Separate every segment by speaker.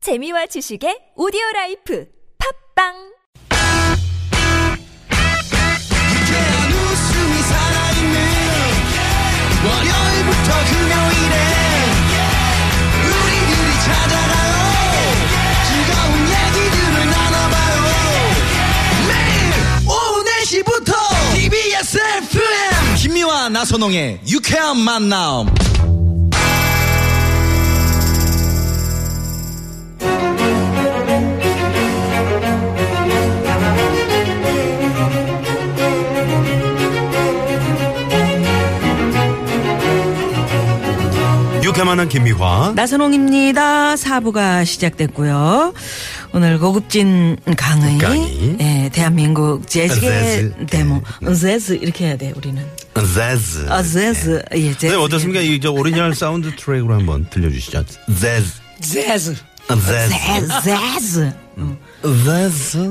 Speaker 1: 재미와 지식의 오디오 라이프 팝빵
Speaker 2: 유쾌한 웃음이 살아있는 월요일부터 금요일에 우리들이 찾아가요 즐거운 얘기들을 나눠봐요 매일 오후 4시부터 TBS FM 김미와 나선홍의 유쾌한 만남
Speaker 3: 유쾌만한 김미화.
Speaker 4: 나선홍입니다. 사부가 시작됐고요. 오늘 고급진 강의,
Speaker 3: 강의.
Speaker 4: 예, 대한민국 재즈의
Speaker 3: 재즈. 네.
Speaker 4: 데모, 어, 재즈 이렇게 해야 돼 우리는.
Speaker 3: 재즈.
Speaker 4: 아, 재즈, 예, 재즈.
Speaker 3: 네, 어떻습니까? 이 저 오리지널 사운드 트랙으로 한번 들려주시죠. 아, 재즈.
Speaker 4: 재즈,
Speaker 3: 재즈.
Speaker 4: 재즈, 재즈,
Speaker 3: 재즈.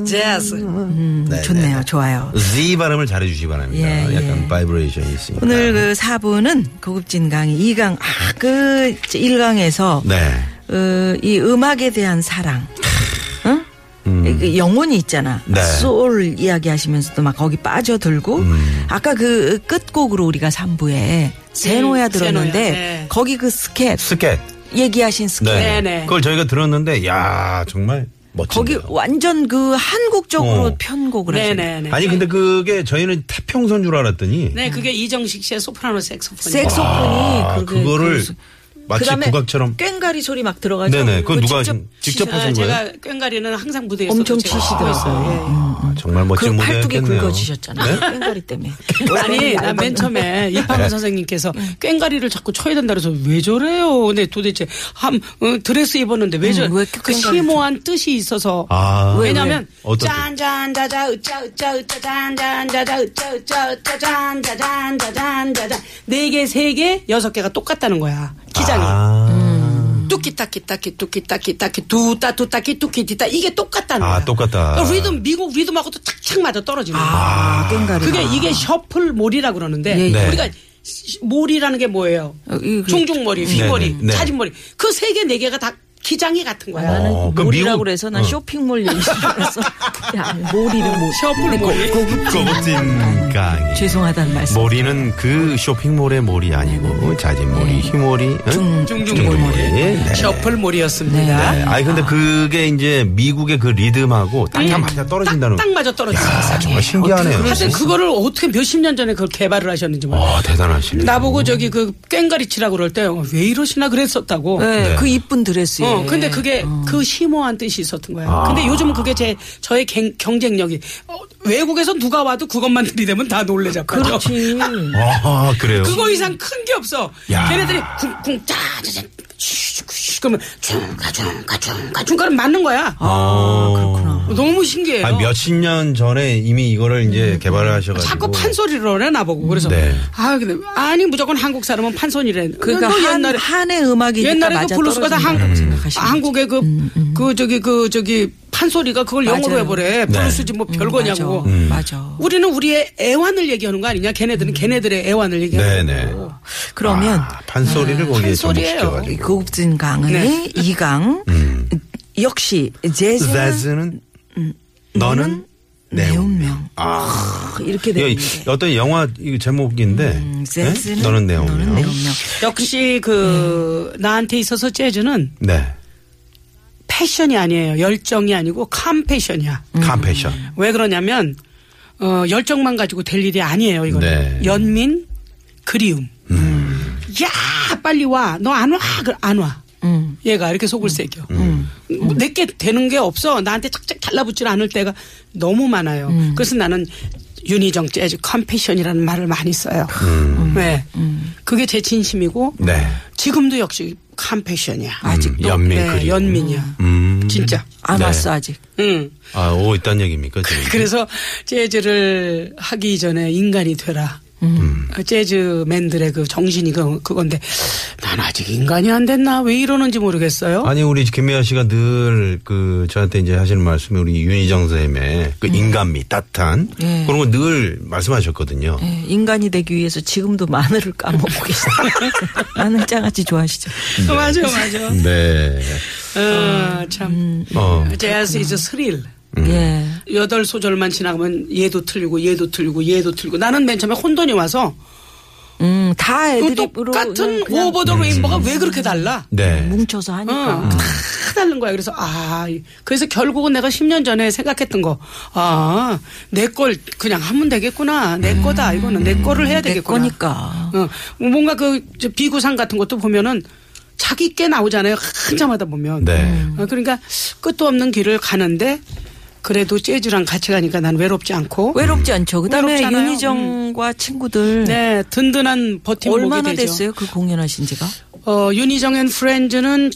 Speaker 4: 재즈. 음,
Speaker 3: 네,
Speaker 4: 좋네요, 좋아요.
Speaker 3: Z 발음을 잘해주시기 바랍니다.
Speaker 4: 예,
Speaker 3: 약간
Speaker 4: 예.
Speaker 3: 바이브레이션이 있으니까.
Speaker 4: 오늘 그 사부는 고급진 강의 2강, 아, 그 1강에서
Speaker 3: 네.
Speaker 4: 어, 이 음악에 대한 사랑. 응? 그 영혼이 있잖아.
Speaker 3: 음. 네.
Speaker 4: 소울 이야기 하시면서도 막 거기 빠져들고.
Speaker 3: 음.
Speaker 4: 아까 그 끝곡으로 우리가 3부에 세노야 들었는데
Speaker 5: 세노야, 네.
Speaker 4: 거기 그 스캣
Speaker 3: 스캣.
Speaker 4: 얘기하신 스캣.
Speaker 3: 네.
Speaker 5: 네.
Speaker 3: 그걸 저희가 들었는데, 야 정말 멋진.
Speaker 4: 거기 완전 그 한국적으로
Speaker 3: 어.
Speaker 4: 편곡을 하신 네.
Speaker 5: 네네네.
Speaker 3: 아니 근데 그게 저희는 태평선 줄 알았더니
Speaker 5: 네, 그게 이정식 씨의 소프라노 색소폰.
Speaker 4: 색소폰이
Speaker 3: 아,
Speaker 4: 그게
Speaker 3: 그거를
Speaker 4: 그-
Speaker 3: 마치
Speaker 4: 그다음에
Speaker 3: 국악처럼
Speaker 4: 꽹가리 소리 막 들어가죠.
Speaker 3: 네네, 그건 누가
Speaker 4: 직접
Speaker 3: 하신- 직접
Speaker 4: 치셔-
Speaker 3: 하신- 하는
Speaker 5: 아, 제가 꽹가리는 항상 무대에서
Speaker 4: 아, 엄청
Speaker 5: 제가
Speaker 4: 치시더라고요.
Speaker 5: 하고 있어요.
Speaker 3: 아, 정말
Speaker 4: 그
Speaker 3: 멋진 무대
Speaker 4: 팔뚝이
Speaker 3: 했겠네요.
Speaker 4: 굵어지셨잖아요. 꽹가리 때문에.
Speaker 5: 예. 아니, 난 맨
Speaker 4: 네.
Speaker 5: 처음에 입학원 선생님께서 꽹가리를 자꾸 쳐야 된다 그래서 왜 저래요? 근데 도대체 함 어, 드레스 입었는데 왜
Speaker 4: 음,
Speaker 5: 저래?
Speaker 4: 왜 이렇게
Speaker 5: 그
Speaker 4: 꽹가리를 네.
Speaker 5: 심오한 뜻이 있어서
Speaker 3: 아,
Speaker 5: 왜냐면
Speaker 3: 어떤
Speaker 5: 짠짠짜자 으짜 으짜 으짜 짠짠짜자 으짜 으짜 으짜 짠짠짠짠짠짠 네 개, 세 개, 여섯 개가 똑같다는 거야. 기장이.
Speaker 3: 아.
Speaker 4: 음.
Speaker 5: 뚜키타키타키 뚜키타키타키 두따뚜따키 뚜키티타 이게 똑같다는
Speaker 3: 아,
Speaker 5: 거야.
Speaker 3: 똑같다.
Speaker 5: 그러니까 리듬 미국 리듬하고도 착착 맞아 떨어지는 거야.
Speaker 4: 아, 꽹가리.
Speaker 5: 그게 이게 셔플 몰이라 그러는데
Speaker 4: 예, 예.
Speaker 3: 네.
Speaker 5: 우리가 시- 몰이라는 게 뭐예요?
Speaker 4: 어, 이- 그-
Speaker 5: 종종머리, 휘머리,
Speaker 3: 네, 네, 네.
Speaker 5: 자진머리 그 세 개 네 개가 다 기장이 같은 거야.
Speaker 3: 어, 그럼
Speaker 4: 몰이라고
Speaker 3: 미국-
Speaker 4: 그래서 난 쇼핑몰 얘기인 줄 알았어. 야, 몰이를 뭐.
Speaker 5: 셔플 몰이.
Speaker 3: 고급진 강의.
Speaker 4: 죄송하다는 말씀.
Speaker 3: 머리는 그 쇼핑몰의 몰이 아니고 뭐 자진몰이, 휘몰이, 응?
Speaker 5: 중중몰이.
Speaker 3: 네.
Speaker 5: 셔플
Speaker 4: 뭐 네.
Speaker 5: 몰이었습니다.
Speaker 3: 네. 아니 근데 그게 이제 미국의 그 리듬하고 딱딱 맞아 떨어진다는.
Speaker 5: 딱 맞아 떨어지는
Speaker 3: 아,
Speaker 5: 거야.
Speaker 3: 정말 신기하네요.
Speaker 5: 하여튼 그거를 어떻게 몇십 년 전에 그걸 개발을 하셨는지 몰라.
Speaker 3: 와 아, 대단하시네.
Speaker 5: 나보고 저기 그 꽹가리 치라고 그럴 때 어, 왜 이러시나 그랬었다고.
Speaker 4: 네,
Speaker 3: 네.
Speaker 4: 그 이쁜 드레스에.
Speaker 5: 어, 근데 그게 그 심오한 뜻이 있었던 거예요.
Speaker 3: 아.
Speaker 5: 근데 요즘은 그게 제 저의 갱- 경쟁력이 어, 외국에서 누가 와도 그것만 들이대면 다 놀래잖아요.
Speaker 4: 그렇지.
Speaker 3: 아 그래요.
Speaker 5: 그거 이상 큰 게 없어.
Speaker 3: 야.
Speaker 5: 걔네들이 쿵쿵 짜자자 슈슈 그러면 중가 중가 중가 중가는 맞는 거야.
Speaker 3: 아 그렇구나.
Speaker 5: 너무 신기해요.
Speaker 3: 아니 몇십 년 전에 이미 이거를 이제 개발하셔가지고.
Speaker 5: 자꾸 판소리를 하네 나보고 그래서
Speaker 3: 네.
Speaker 5: 아 근데 아니 무조건 한국 사람은 판소리래.
Speaker 4: 그러니까
Speaker 5: 너
Speaker 4: 한, 한의 음악이니까
Speaker 5: 옛날에 그
Speaker 4: 맞아
Speaker 5: 블루스가 다
Speaker 4: 떨어진다고
Speaker 5: 한국,
Speaker 4: 생각하시면
Speaker 5: 한국의 그, 그, 저기, 그, 저기, 판소리가 그걸
Speaker 4: 음,
Speaker 5: 영어로
Speaker 4: 맞아요. 네. 음,
Speaker 5: 해버래. 블루스지 뭐 별거냐고.
Speaker 4: 맞아. 맞아.
Speaker 5: 우리는 우리의 애환을 얘기하는 거 아니냐? 걔네들은
Speaker 4: 음.
Speaker 5: 걔네들의 애환을 얘기하는
Speaker 3: 네네.
Speaker 5: 거고.
Speaker 4: 그러면
Speaker 3: 아, 판소리를 거기에
Speaker 5: 판소리예요.
Speaker 4: 이
Speaker 3: 접목시켜가지고.
Speaker 4: 고급진 강의
Speaker 5: 네.
Speaker 4: 이 2강. 역시 음. 재즈는
Speaker 3: 재즈는 너는 내
Speaker 4: 내
Speaker 3: 운명.
Speaker 4: 운명. 아, 이렇게 되는
Speaker 3: 이거
Speaker 4: 게.
Speaker 3: 어떤 영화 이 제목인데
Speaker 4: 재즈는
Speaker 3: 네? 너는 내
Speaker 4: 너는 내
Speaker 3: 운명.
Speaker 4: 운명. 음.
Speaker 5: 역시 그, 나한테 있어서 재즈는
Speaker 3: 네.
Speaker 5: 패션이 아니에요. 열정이 아니고 컴패션이야.
Speaker 4: 음.
Speaker 3: 컴패션.
Speaker 5: 왜 그러냐면, 어, 열정만 가지고 될 일이 아니에요, 이거는.
Speaker 3: 네. 음.
Speaker 5: 연민, 그리움. 야, 빨리 와. 너 안 와. 그래, 안 와.
Speaker 4: 음.
Speaker 5: 얘가 이렇게 속을 새겨.
Speaker 3: 음.
Speaker 5: 뭐 내게 되는 게 없어. 나한테 착착 달라붙질 않을 때가 너무 많아요. 그래서 나는 윤희정 재즈 컴패션이라는 말을 많이 써요. 네. 그게 제 진심이고
Speaker 3: 음. 네.
Speaker 5: 지금도 역시 컴패션이야.
Speaker 3: 음, 연민
Speaker 5: 네,
Speaker 3: 그리움.
Speaker 5: 연민이야.
Speaker 3: 음.
Speaker 5: 진짜. 음.
Speaker 4: 안
Speaker 3: 네.
Speaker 4: 왔어 아직.
Speaker 5: 응.
Speaker 3: 아, 오 있단 얘기입니까? 지금?
Speaker 5: 그래서 재즈를 하기 전에 인간이 되라.
Speaker 3: 음.
Speaker 5: 어, 재즈맨들의 그 정신이 그, 그건데 난 아직 인간이 안 됐나 왜 이러는지 모르겠어요.
Speaker 3: 아니 우리 김미아 씨가 늘 그 저한테 이제 하시는 말씀이 우리 윤희정 선생님의 그 인간미 따뜻한
Speaker 4: 음. 예.
Speaker 3: 그런 거 늘 말씀하셨거든요.
Speaker 4: 예, 인간이 되기 위해서 지금도 마늘을 까먹고 계시다. 마늘 장아찌 좋아하시죠?
Speaker 5: 맞아요, 맞아요.
Speaker 3: 네.
Speaker 5: 어, 참.
Speaker 3: 어.
Speaker 5: 재즈 이제 스릴.
Speaker 3: 음.
Speaker 4: 예.
Speaker 5: 여덟 소절만 지나가면 얘도 틀리고 얘도 틀리고 얘도 틀리고 나는 맨 처음에 혼돈이 와서
Speaker 4: 음, 다
Speaker 5: 그
Speaker 4: 애드립으로
Speaker 5: 똑같은
Speaker 4: 그냥
Speaker 3: 음.
Speaker 5: 오버더 레인보가 왜 그렇게 달라?
Speaker 3: 네.
Speaker 4: 뭉쳐서 하니까.
Speaker 5: 어, 다 다른 거야. 그래서 아, 이- 그래서 결국은 내가 10년 전에 생각했던 거, 아, 내 걸 그냥 하면 되겠구나. 내 거다. 이거는 내 거를 해야
Speaker 4: 음. 내
Speaker 5: 되겠구나.
Speaker 4: 거니까.
Speaker 5: 어, 뭔가 그 저 비구상 같은 것도 보면은 자기 게 나오잖아요. 한참하다 보면.
Speaker 3: 네.
Speaker 5: 어, 그러니까 끝도 없는 길을 가는데 그래도 재즈랑 같이 가니까 난 외롭지 않고.
Speaker 4: 외롭지 않죠. 그다음에
Speaker 5: 외롭잖아요. 음.
Speaker 4: 윤희정과 친구들
Speaker 5: 네, 든든한 버팀목이
Speaker 4: 얼마나
Speaker 5: 되죠.
Speaker 4: 됐어요? 그 공연하신 지가?
Speaker 5: 어, 윤희정 앤 프렌즈는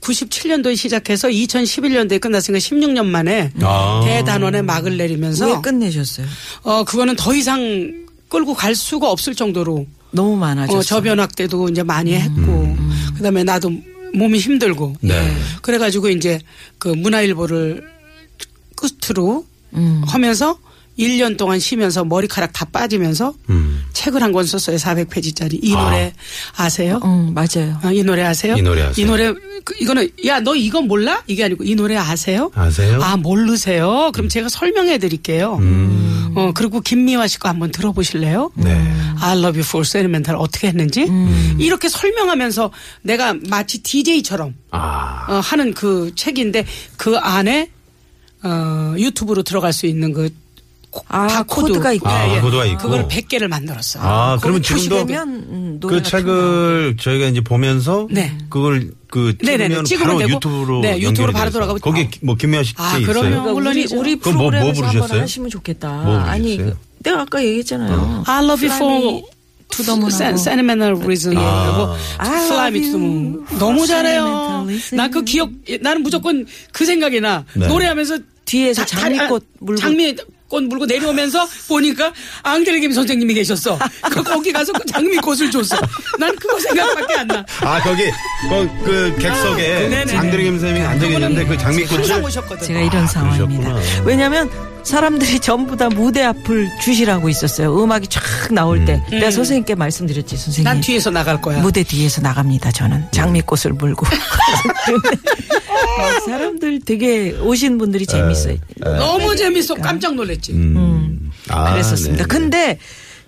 Speaker 5: 1997년도에 시작해서 2011년도에 끝났으니까 16년 만에
Speaker 3: 아.
Speaker 5: 대단원의 막을
Speaker 4: 왜
Speaker 5: 내리면서
Speaker 4: 끝내셨어요?
Speaker 5: 어, 그거는 더 이상 끌고 갈 수가 없을 정도로
Speaker 4: 너무 많아졌어요. 음.
Speaker 5: 어, 저변학 때도 이제 많이 했고 그다음에 나도 몸이 힘들고
Speaker 3: 네.
Speaker 5: 그래가지고 이제 그 문화일보를 끝으로
Speaker 4: 음.
Speaker 5: 하면서 1년 동안 쉬면서 머리카락 다 빠지면서
Speaker 3: 음.
Speaker 5: 책을 한 권 썼어요. 400페이지짜리 이 노래 아세요?
Speaker 4: 응, 맞아요.
Speaker 5: 아, 이 노래 아세요?
Speaker 3: 이 노래 아세요?
Speaker 5: 이 노래 그, 이거는 야 너 이거 몰라? 이게 아니고 이 노래 아세요?
Speaker 3: 아세요? 음.
Speaker 5: 아 모르세요? 그럼 제가 설명해 드릴게요. 어 그리고 김미화 씨거 한번 들어보실래요?
Speaker 3: 네.
Speaker 4: 음.
Speaker 3: 음.
Speaker 5: I love you for sentimental 어떻게 했는지 이렇게 설명하면서 내가 마치 DJ처럼
Speaker 3: 아.
Speaker 5: 어, 하는 그 책인데 그 안에 어, 유튜브로 들어갈 수 있는 그 코-
Speaker 4: 아,
Speaker 5: 다 코드. 예,
Speaker 4: 코드가 있고.
Speaker 3: 아, 코드가 있고.
Speaker 5: 그걸 100개를 만들었어요.
Speaker 3: 아, 그러면
Speaker 4: 거기
Speaker 3: 지금도
Speaker 4: 표시되면, 음, 노래가
Speaker 3: 그 책을 저희가 이제 보면서
Speaker 5: 네.
Speaker 3: 그걸 그
Speaker 5: 네, 네, 네.
Speaker 3: 찍으면
Speaker 5: 찍으면
Speaker 3: 바로
Speaker 5: 되고.
Speaker 3: 유튜브로
Speaker 5: 네, 유튜브로
Speaker 3: 연결이
Speaker 5: 바로
Speaker 3: 돼서.
Speaker 5: 돌아가고.
Speaker 3: 거기 뭐 김미아 씨
Speaker 5: 아,
Speaker 3: 있어요?
Speaker 5: 그럼요.
Speaker 4: 그러니까 우리
Speaker 5: 물론이죠.
Speaker 4: 우리
Speaker 3: 그럼 뭐- 뭐
Speaker 4: 프로그램에서 한번
Speaker 3: 부르셨어요?
Speaker 4: 하시면 좋겠다.
Speaker 3: 뭐
Speaker 4: 아니
Speaker 3: 부르셨어요? 어.
Speaker 4: 내가 아까 얘기했잖아요.
Speaker 5: I love you for
Speaker 4: 투더문하고.
Speaker 5: sen- sentimental reason.
Speaker 3: 아.
Speaker 5: 하고
Speaker 4: I
Speaker 5: Fly me
Speaker 4: love
Speaker 5: to the moon.
Speaker 4: you
Speaker 5: 너무
Speaker 4: for
Speaker 5: 잘해요.
Speaker 4: sentimental reason.
Speaker 5: 나 그 기억, 나는 무조건 그 생각이 나.
Speaker 3: 네.
Speaker 5: 노래하면서
Speaker 4: 뒤에서
Speaker 5: 다- 다리-
Speaker 4: 장미꽃
Speaker 5: 아,
Speaker 4: 물고.
Speaker 5: 장미꽃 물고 내려오면서 보니까 앙드레 김 선생님이 계셨어. 그 거기 가서 그 장미꽃을 줬어. 난 그거 생각밖에 안 나.
Speaker 3: 아, 거기 그, 그
Speaker 5: 네,
Speaker 3: 객석에
Speaker 5: 네, 네.
Speaker 3: 장드림 선생님이 앉아 계셨는데 그 장미꽃을 아,
Speaker 5: 항상 오셨거든.
Speaker 4: 제가 이런 상황입니다.
Speaker 3: 그러셨구나.
Speaker 4: 왜냐하면 사람들이 전부 다 무대 앞을 주시라고 있었어요. 음악이 쫙 나올 때
Speaker 3: 음.
Speaker 4: 내가 선생님께 말씀드렸지 선생님.
Speaker 5: 난 뒤에서 나갈 거야.
Speaker 4: 무대 뒤에서 나갑니다.
Speaker 3: 음.
Speaker 4: 저는 장미꽃을 물고. 막 사람들 되게 오신 분들이 재밌어요.
Speaker 3: 네.
Speaker 4: 네.
Speaker 5: 너무 재밌어.
Speaker 4: 그러니까.
Speaker 5: 깜짝 놀랐지.
Speaker 3: 음. 아,
Speaker 4: 그랬었습니다.
Speaker 3: 네.
Speaker 4: 근데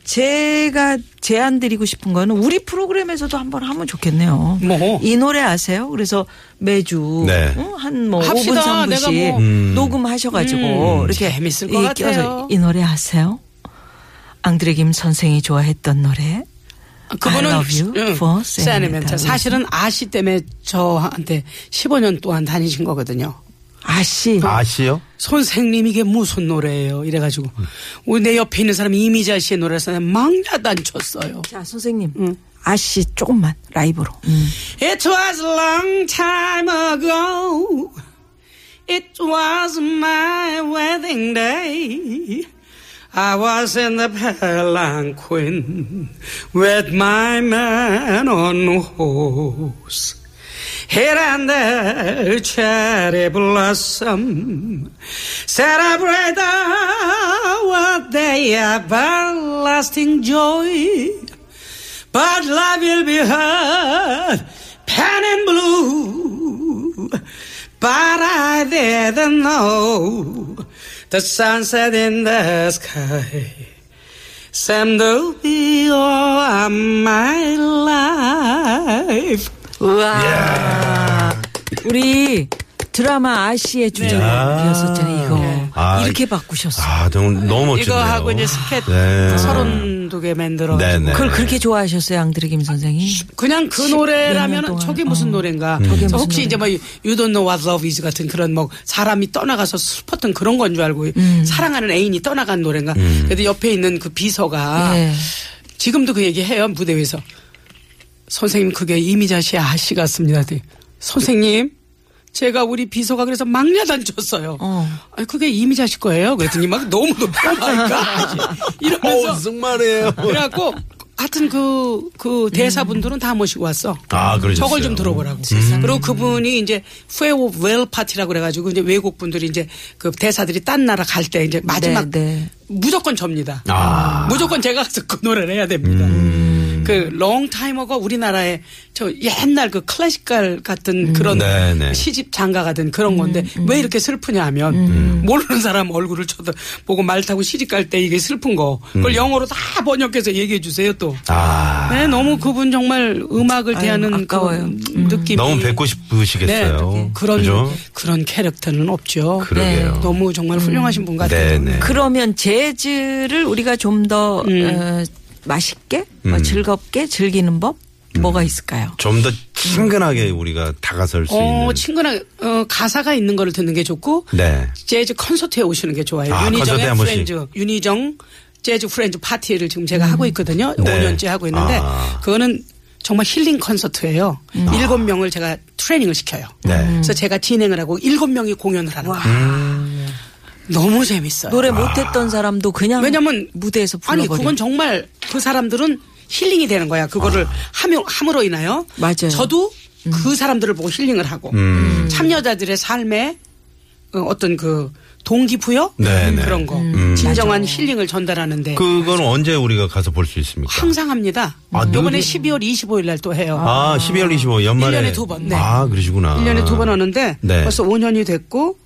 Speaker 4: 제가 제안 드리고 싶은 거는 우리 프로그램에서도 한번 하면 좋겠네요.
Speaker 5: 뭐.
Speaker 4: 이 노래 아세요? 그래서 매주 어,
Speaker 3: 네.
Speaker 4: 한뭐 5분
Speaker 5: 합시다.
Speaker 4: 3분씩
Speaker 5: 내가 뭐.
Speaker 4: 녹음하셔가지고 이렇게
Speaker 5: 재밌을
Speaker 4: 이-
Speaker 5: 것
Speaker 4: 껴서
Speaker 5: 같아요.
Speaker 4: 이 노래 아세요? 앙드레 김 선생이 좋아했던 노래. I
Speaker 5: 아, 그거는
Speaker 4: love you
Speaker 5: 응,
Speaker 4: for
Speaker 5: sentimental.
Speaker 4: sentimental.
Speaker 5: 사실은 아씨 때문에 저한테 15년 동안 다니신 거거든요.
Speaker 4: 아씨.
Speaker 3: 아시요?
Speaker 5: 선생님 이게 무슨 노래예요? 이래가지고 우리 내 옆에 있는 사람이 이미자 씨의 노래에서 막 야단쳤어요.
Speaker 4: 자 선생님. 아씨 조금만 라이브로. 음.
Speaker 5: It was a long time ago. It was my wedding day. I was in the palanquin with my man on horse. Here and there, cherry blossom, celebrate our day of everlasting joy. But love will be hurt, pen and blue. But I didn't know the sunset in the sky. Sam, will be all my life.
Speaker 4: 우와. 우리 드라마 아씨의 주제였었잖아요. 이거
Speaker 3: 아,
Speaker 4: 이렇게 바꾸셨어. 요
Speaker 3: 아, 너무, 너무 멋지네요.
Speaker 5: 이거 하고 이제 스캣
Speaker 3: 네.
Speaker 5: 서른 두개 만들어.
Speaker 3: 네, 네.
Speaker 4: 그걸 그렇게 좋아하셨어요, 앙드레 김 선생이?
Speaker 5: 그냥 그
Speaker 4: 몇년
Speaker 5: 노래라면
Speaker 4: 동안,
Speaker 5: 저게 무슨
Speaker 4: 어.
Speaker 5: 노래인가.
Speaker 4: 저게
Speaker 5: 저
Speaker 4: 무슨
Speaker 5: 혹시 이제 뭐 You Don't Know What Love Is 같은 그런 뭐 사람이 떠나가서 슬펐던 그런 건 줄 알고
Speaker 4: 음.
Speaker 5: 사랑하는 애인이 떠나간 노래인가. 그래도 옆에 있는 그 비서가
Speaker 4: 예.
Speaker 5: 지금도 그 얘기해요 무대 위에서. 선생님 그게 이미자 씨의 아씨 같습니다. 그랬더니 선생님 제가 우리 비서가 그래서 막야단 쳤어요.
Speaker 4: 어.
Speaker 5: 아니 그게 이미자 씨 거예요. 그랬더니 막 너무 높아
Speaker 4: 어,
Speaker 5: 마이까 이러면서
Speaker 3: 어우, 승만해요.
Speaker 5: 그래갖고 하여튼 그, 그 대사분들은 다 모시고 왔어.
Speaker 3: 아, 그러셨어요.
Speaker 5: 저걸 좀 들어보라고. 그리고 그분이 이제 후에 웰 파티라고 그래가지고 이제 외국 분들이 이제 그 대사들이 딴 나라 갈 때 이제 마지막
Speaker 4: 네, 네.
Speaker 5: 무조건 접니다.
Speaker 3: 아. 음.
Speaker 5: 무조건 제가 가서 그 노래를 해야 됩니다. 그 롱타이머가 우리나라의 저 옛날 그 클래식갈 같은 그런
Speaker 3: 네, 네.
Speaker 5: 시집 장가 같은 그런 건데
Speaker 4: 음,
Speaker 5: 왜 이렇게 슬프냐 하면
Speaker 3: 음.
Speaker 5: 모르는 사람 얼굴을 쳐다 보고 말 타고 시집 갈 때 이게 슬픈 거 그걸 영어로 다 번역해서 얘기해 주세요 또.
Speaker 3: 음. 아.
Speaker 5: 네, 너무 그분 정말 음악을
Speaker 4: 아유,
Speaker 5: 대하는
Speaker 4: 아까워요. 음.
Speaker 5: 그 느낌이
Speaker 3: 너무 뵙고 싶으시겠어요.
Speaker 5: 네, 그런
Speaker 3: 그죠?
Speaker 5: 그런 캐릭터는 없죠.
Speaker 3: 그러게요.
Speaker 5: 네, 너무 정말 훌륭하신 분 같아요.
Speaker 3: 네네.
Speaker 4: 그러면 재즈를 우리가 좀 더
Speaker 5: 음.
Speaker 4: 어, 맛있게 뭐
Speaker 3: 음.
Speaker 4: 즐겁게 즐기는 법 뭐가 있을까요?
Speaker 3: 좀 더 친근하게 우리가 다가설 수
Speaker 5: 어,
Speaker 3: 있는.
Speaker 5: 친근하게 어, 가사가 있는 거를 듣는 게 좋고
Speaker 3: 네.
Speaker 5: 재즈 콘서트에 오시는 게 좋아요.
Speaker 3: 아, 콘서트에
Speaker 5: 윤희정의
Speaker 3: 한 번씩.
Speaker 5: 프렌즈, 윤희정 재즈 프렌즈 파티를 지금 제가 하고 있거든요.
Speaker 3: 네.
Speaker 5: 5년째 하고 있는데
Speaker 3: 아. 음.
Speaker 5: 그거는 정말 힐링 콘서트예요. 일곱 명을 제가 트레이닝을 시켜요.
Speaker 3: 네.
Speaker 5: 그래서 제가 진행을 하고 일곱 명이 공연을 하는 거예요.
Speaker 3: 음.
Speaker 5: 너무 재밌어요.
Speaker 3: 아.
Speaker 4: 노래 못했던 사람도 그냥
Speaker 5: 왜냐면
Speaker 4: 무대에서 불러버려.
Speaker 5: 아니 그건 정말 그 사람들은 힐링이 되는 거야. 그거를 함요, 함으로 인하여
Speaker 4: 아. 맞아요. 음.
Speaker 5: 저도 그 사람들을 보고 힐링을 하고
Speaker 3: 음.
Speaker 5: 참여자들의 삶에 어, 어떤 그 동기부여 음,
Speaker 3: 네네. 음.
Speaker 5: 그런
Speaker 4: 음.
Speaker 5: 거 진정한 힐링을 전달하는데
Speaker 3: 그건 언제 우리가 가서 볼 수 있습니까?
Speaker 5: 항상 합니다.
Speaker 3: 아,
Speaker 5: 요
Speaker 3: 늘-
Speaker 5: 이번에 12월 25일 날 또 해요.
Speaker 3: 아, 12월 25일 연말에.
Speaker 5: 1년에 두 번, 네.
Speaker 3: 아, 그러시구나.
Speaker 5: 1년에 두 번 오는데
Speaker 3: 네.
Speaker 5: 벌써 5년이 됐고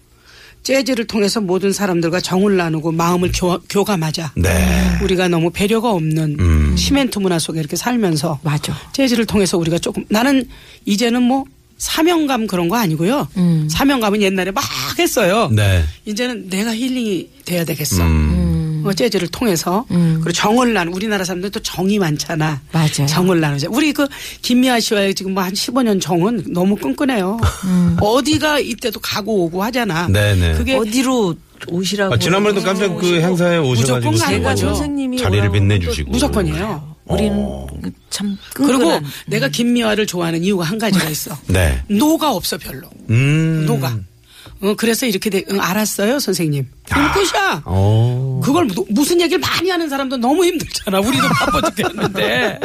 Speaker 5: 재즈를 통해서 모든 사람들과 정을 나누고 마음을 교, 교감하자.
Speaker 3: 네. 음.
Speaker 5: 우리가 너무 배려가 없는 시멘트 문화 속에 이렇게 살면서
Speaker 4: 맞아.
Speaker 5: 재즈를 통해서 우리가 조금 나는 이제는 뭐 사명감 그런 거 아니고요.
Speaker 4: 음.
Speaker 5: 사명감은 옛날에 막 했어요.
Speaker 3: 네.
Speaker 5: 이제는 내가 힐링이 돼야 되겠어.
Speaker 3: 음.
Speaker 5: 어, 재즈를 통해서 그리고 정을 나누 우리나라 사람들 또 정이 많잖아.
Speaker 4: 음. 맞아요.
Speaker 5: 정을 나누자. 우리 그 김미아 씨와의 지금 뭐 한 15년 정은 너무 끈끈해요. 어디가 이때도 가고 오고 하잖아.
Speaker 3: 네네.
Speaker 5: 그게
Speaker 4: 음. 어디로 오시라고
Speaker 3: 아, 지난번에도 깜짝 그
Speaker 4: 오시고
Speaker 3: 행사에 오셔가지고
Speaker 5: 무조건 네. 가는
Speaker 3: 또
Speaker 5: 거죠.
Speaker 4: 선생님이
Speaker 3: 자리를
Speaker 4: 오라고
Speaker 3: 빛내주시고 어.
Speaker 5: 무조건이에요.
Speaker 4: 우리는 참
Speaker 5: 그리고
Speaker 4: 끈끈한
Speaker 5: 내가 김미화를 좋아하는 이유가 한 가지가 있어.
Speaker 3: 네.
Speaker 5: 노가 없어 별로.
Speaker 3: 음.
Speaker 5: 노가. 어, 그래서 이렇게 돼. 응, 알았어요 선생님. 그럼 끝이야.
Speaker 3: 아. 어.
Speaker 5: 그걸 노- 무슨 얘기를 많이 하는 사람도 너무 힘들잖아. 우리도 바빠 죽겠는데.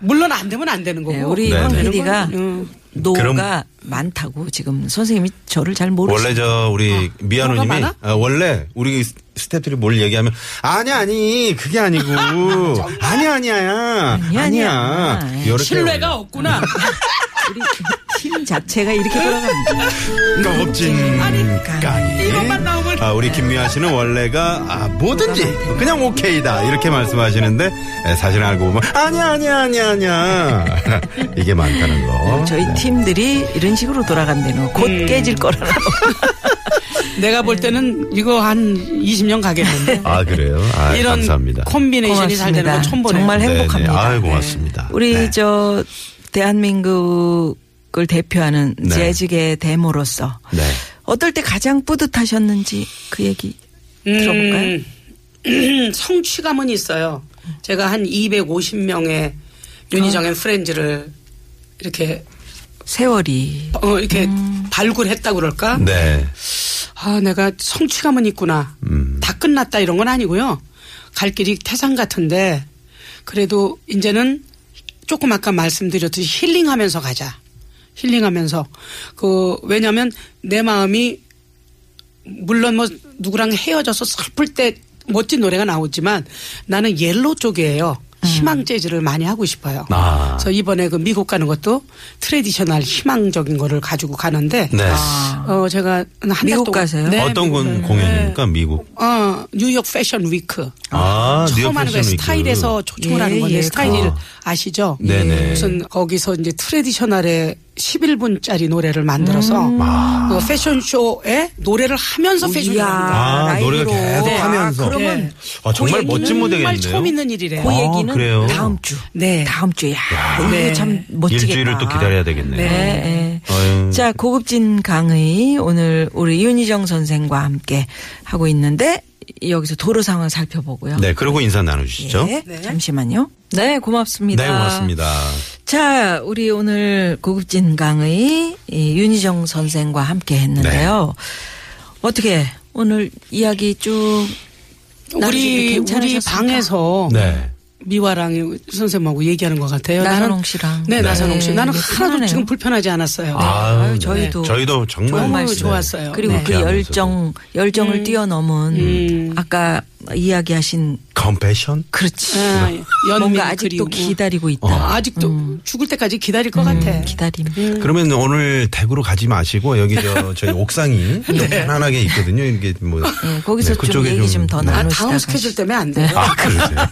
Speaker 5: 물론 안 되면 안 되는 거고.
Speaker 4: 네, 우리
Speaker 3: 네,
Speaker 4: 황
Speaker 3: 네.
Speaker 4: PD가
Speaker 5: 응.
Speaker 4: 노가 많다고 지금 선생님이 저를 잘 모르시고
Speaker 3: 원래 저 우리
Speaker 5: 어. 뭐가
Speaker 3: 미아노님이
Speaker 5: 많아?
Speaker 3: 아, 원래 우리 스태프들이 뭘 얘기하면 아니 아니 그게 아니고 아니 아니야 아니야,
Speaker 4: 아니야.
Speaker 3: 이렇게
Speaker 5: 신뢰가 없구나.
Speaker 4: 우리 팀 자체가 이렇게 돌아갑니다.
Speaker 3: 껍진
Speaker 5: 이것만 나오면
Speaker 3: 아, 우리 김미아 씨는 원래가 아, 뭐든지 그냥 오케이다 이렇게 말씀하시는데 에, 사실 알고 보면 아니야 아니야 아니야 아니야 이게 많다는
Speaker 5: 음,
Speaker 3: 거
Speaker 4: 저희
Speaker 3: 네.
Speaker 4: 팀들이 이런 식으로 돌아간대요. 곧 깨질 거라는
Speaker 5: 내가 볼 때는 이거 한 20년 가겠는데.
Speaker 3: 아 그래요 아,
Speaker 5: 이런
Speaker 3: 감사합니다
Speaker 5: 콤비네이션이 잘 되는 건
Speaker 4: 고맙습니다.
Speaker 5: 처음 보네.
Speaker 4: 정말
Speaker 3: 네,
Speaker 4: 행복합니다.
Speaker 3: 네. 아유 고맙습니다
Speaker 4: 우리
Speaker 3: 네.
Speaker 4: 저 대한민국을 대표하는
Speaker 3: 네.
Speaker 4: 재즈계 데모로서
Speaker 3: 네.
Speaker 4: 어떨 때 가장 뿌듯하셨는지 그 얘기 들어볼까요?
Speaker 5: 음, 성취감은 있어요. 제가 한
Speaker 4: 아.
Speaker 5: 250명의 윤희정의 프렌즈를 이렇게
Speaker 4: 세월이
Speaker 5: 어, 이렇게 발굴했다 그럴까?
Speaker 3: 네.
Speaker 5: 아, 내가 성취감은 있구나.
Speaker 3: 음.
Speaker 5: 다 끝났다 이런 건 아니고요. 갈 길이 태산 같은데 그래도 이제는 조금 아까 말씀드렸듯이 힐링하면서 가자. 힐링하면서 그 왜냐하면 내 마음이 물론 뭐 누구랑 헤어져서 슬플 때 멋진 노래가 나오지만 나는 옐로 쪽이에요. 희망 재즈를 많이 하고 싶어요.
Speaker 3: 음. 아.
Speaker 5: 그래서 이번에 그 미국 가는 것도 트레디셔널 희망적인 거를 가지고 가는데
Speaker 3: 네.
Speaker 5: 어 제가 한달
Speaker 4: 미국 가세요?
Speaker 5: 네,
Speaker 3: 어떤
Speaker 5: 미국
Speaker 3: 건
Speaker 5: 가요. 네.
Speaker 3: 공연입니까 미국
Speaker 5: 어, 뉴욕 패션 위크.
Speaker 3: 아, 뉴욕
Speaker 5: 처음 하는 거예요.
Speaker 3: 패션 위크.
Speaker 5: 스타일에서 초청을
Speaker 4: 예,
Speaker 5: 하는 건데
Speaker 4: 예,
Speaker 5: 스타일
Speaker 3: 아.
Speaker 5: 아시죠?
Speaker 3: 네네.
Speaker 5: 무슨 거기서 이제 트레디셔널의 11분짜리 노래를 만들어서 그 패션쇼에 노래를 하면서
Speaker 4: 음.
Speaker 5: 패션을
Speaker 4: 이야.
Speaker 5: 합니다.
Speaker 3: 아,
Speaker 4: 라이브로.
Speaker 3: 노래가 계속
Speaker 5: 네.
Speaker 3: 하면서
Speaker 5: 아, 그러면
Speaker 3: 네. 아, 정말
Speaker 5: 그
Speaker 3: 멋진
Speaker 5: 얘기는
Speaker 3: 무대겠네요.
Speaker 5: 정말 처음 있는 일이래요.
Speaker 4: 그
Speaker 3: 아,
Speaker 4: 얘기는
Speaker 3: 그래요?
Speaker 4: 다음 주.
Speaker 5: 네.
Speaker 4: 다음 주야. 이거
Speaker 5: 네.
Speaker 4: 참 멋지겠다.
Speaker 3: 일주일을 또 기다려야 되겠네요. 어,
Speaker 4: 네. 네.
Speaker 3: 아유.
Speaker 4: 자, 고급진 강의 오늘 우리 윤희정 선생과 함께 하고 있는데 여기서 도로 상황 살펴보고요.
Speaker 3: 네, 그러고 인사 나누시죠.
Speaker 4: 예,
Speaker 5: 네.
Speaker 4: 잠시만요. 네, 고맙습니다.
Speaker 3: 네, 고맙습니다.
Speaker 4: 자, 우리 오늘 고급진 강의 이 윤희정 선생과 함께 했는데요.
Speaker 3: 네.
Speaker 4: 어떻게 오늘 이야기 쭉 나름
Speaker 5: 우리
Speaker 4: 좀
Speaker 5: 우리
Speaker 4: 괜찮으셨습니까?
Speaker 5: 방에서
Speaker 3: 네.
Speaker 5: 미화랑 선생님하고 얘기하는 것 같아요. 나는-
Speaker 4: 나선홍 씨랑.
Speaker 5: 네, 나선홍 씨.
Speaker 4: 네,
Speaker 5: 나는
Speaker 4: 이게
Speaker 5: 하나도
Speaker 4: 편하네요.
Speaker 5: 지금 불편하지 않았어요.
Speaker 3: 아유,
Speaker 4: 아유,
Speaker 3: 네.
Speaker 4: 저희도
Speaker 3: 저희도 정말
Speaker 5: 너무
Speaker 4: 말씀.
Speaker 5: 좋았어요.
Speaker 4: 그리고
Speaker 5: 네.
Speaker 4: 그
Speaker 3: 귀한
Speaker 4: 열정, 열정을 뛰어넘은
Speaker 5: 음.
Speaker 4: 아까 이야기하신
Speaker 3: 컴패션?
Speaker 4: 그렇지.
Speaker 5: 아, 연민이
Speaker 4: 뭔가 아직도
Speaker 5: 그리우고.
Speaker 4: 기다리고 있다.
Speaker 5: 어, 아직도 죽을 때까지 기다릴 것 같아.
Speaker 4: 음. 기다림.
Speaker 5: 네.
Speaker 3: 그러면 오늘 대구로 가지 마시고 여기 저 저희 옥상이 좀 편안하게 있거든요. 이게 뭐
Speaker 4: 예, 네. 거기서
Speaker 3: 네,
Speaker 4: 좀
Speaker 3: 그쪽에
Speaker 4: 얘기 좀 더
Speaker 3: 네.
Speaker 5: 아,
Speaker 4: 나누시다.
Speaker 5: 다음 스케줄 때문에
Speaker 4: 네.
Speaker 5: 안 돼요. 네,
Speaker 3: 아, 그러세요.
Speaker 4: 아,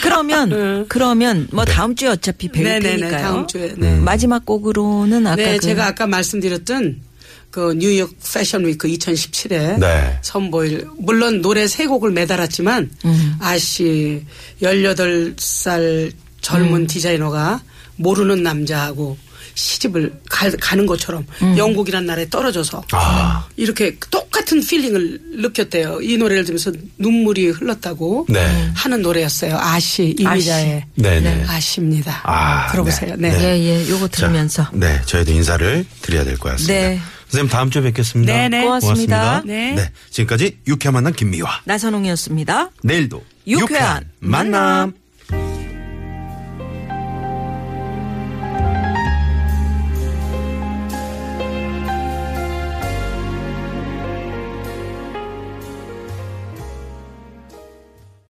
Speaker 4: 그러면 그러면 뭐 다음 주에 어차피 배울
Speaker 5: 네네네,
Speaker 4: 테니까요.
Speaker 5: 다음 주에, 네.
Speaker 4: 마지막 곡으로는 아까
Speaker 5: 네,
Speaker 4: 그
Speaker 5: 제가 아까 말씀드렸던 그 뉴욕 패션 위크 2017에
Speaker 3: 네.
Speaker 5: 선보일 물론 노래 세 곡을 매달았지만
Speaker 4: 음.
Speaker 5: 아씨 18살 젊은
Speaker 4: 음.
Speaker 5: 디자이너가 모르는 남자하고 시집을 가, 가는 것처럼
Speaker 4: 음.
Speaker 5: 영국이란 나라에 떨어져서
Speaker 3: 아.
Speaker 5: 이렇게 똑같은 필링을 느꼈대요. 이 노래를 들으면서 눈물이 흘렀다고
Speaker 3: 네.
Speaker 5: 하는 노래였어요. 아씨 이미자의
Speaker 3: 네, 네.
Speaker 5: 아씨입니다.
Speaker 3: 아,
Speaker 5: 들어보세요.
Speaker 3: 네.
Speaker 5: 네.
Speaker 3: 네.
Speaker 4: 예, 예. 요거
Speaker 3: 자,
Speaker 4: 들으면서
Speaker 3: 네, 저희도 인사를 드려야 될 것 같습니다.
Speaker 4: 네.
Speaker 3: 선생님 다음 주에 뵙겠습니다.
Speaker 5: 네, 네.
Speaker 4: 고맙습니다.
Speaker 3: 네.
Speaker 5: 네.
Speaker 3: 지금까지 유쾌한 만남 김미화.
Speaker 4: 나선홍이었습니다.
Speaker 3: 내일도
Speaker 4: 유쾌한 만남.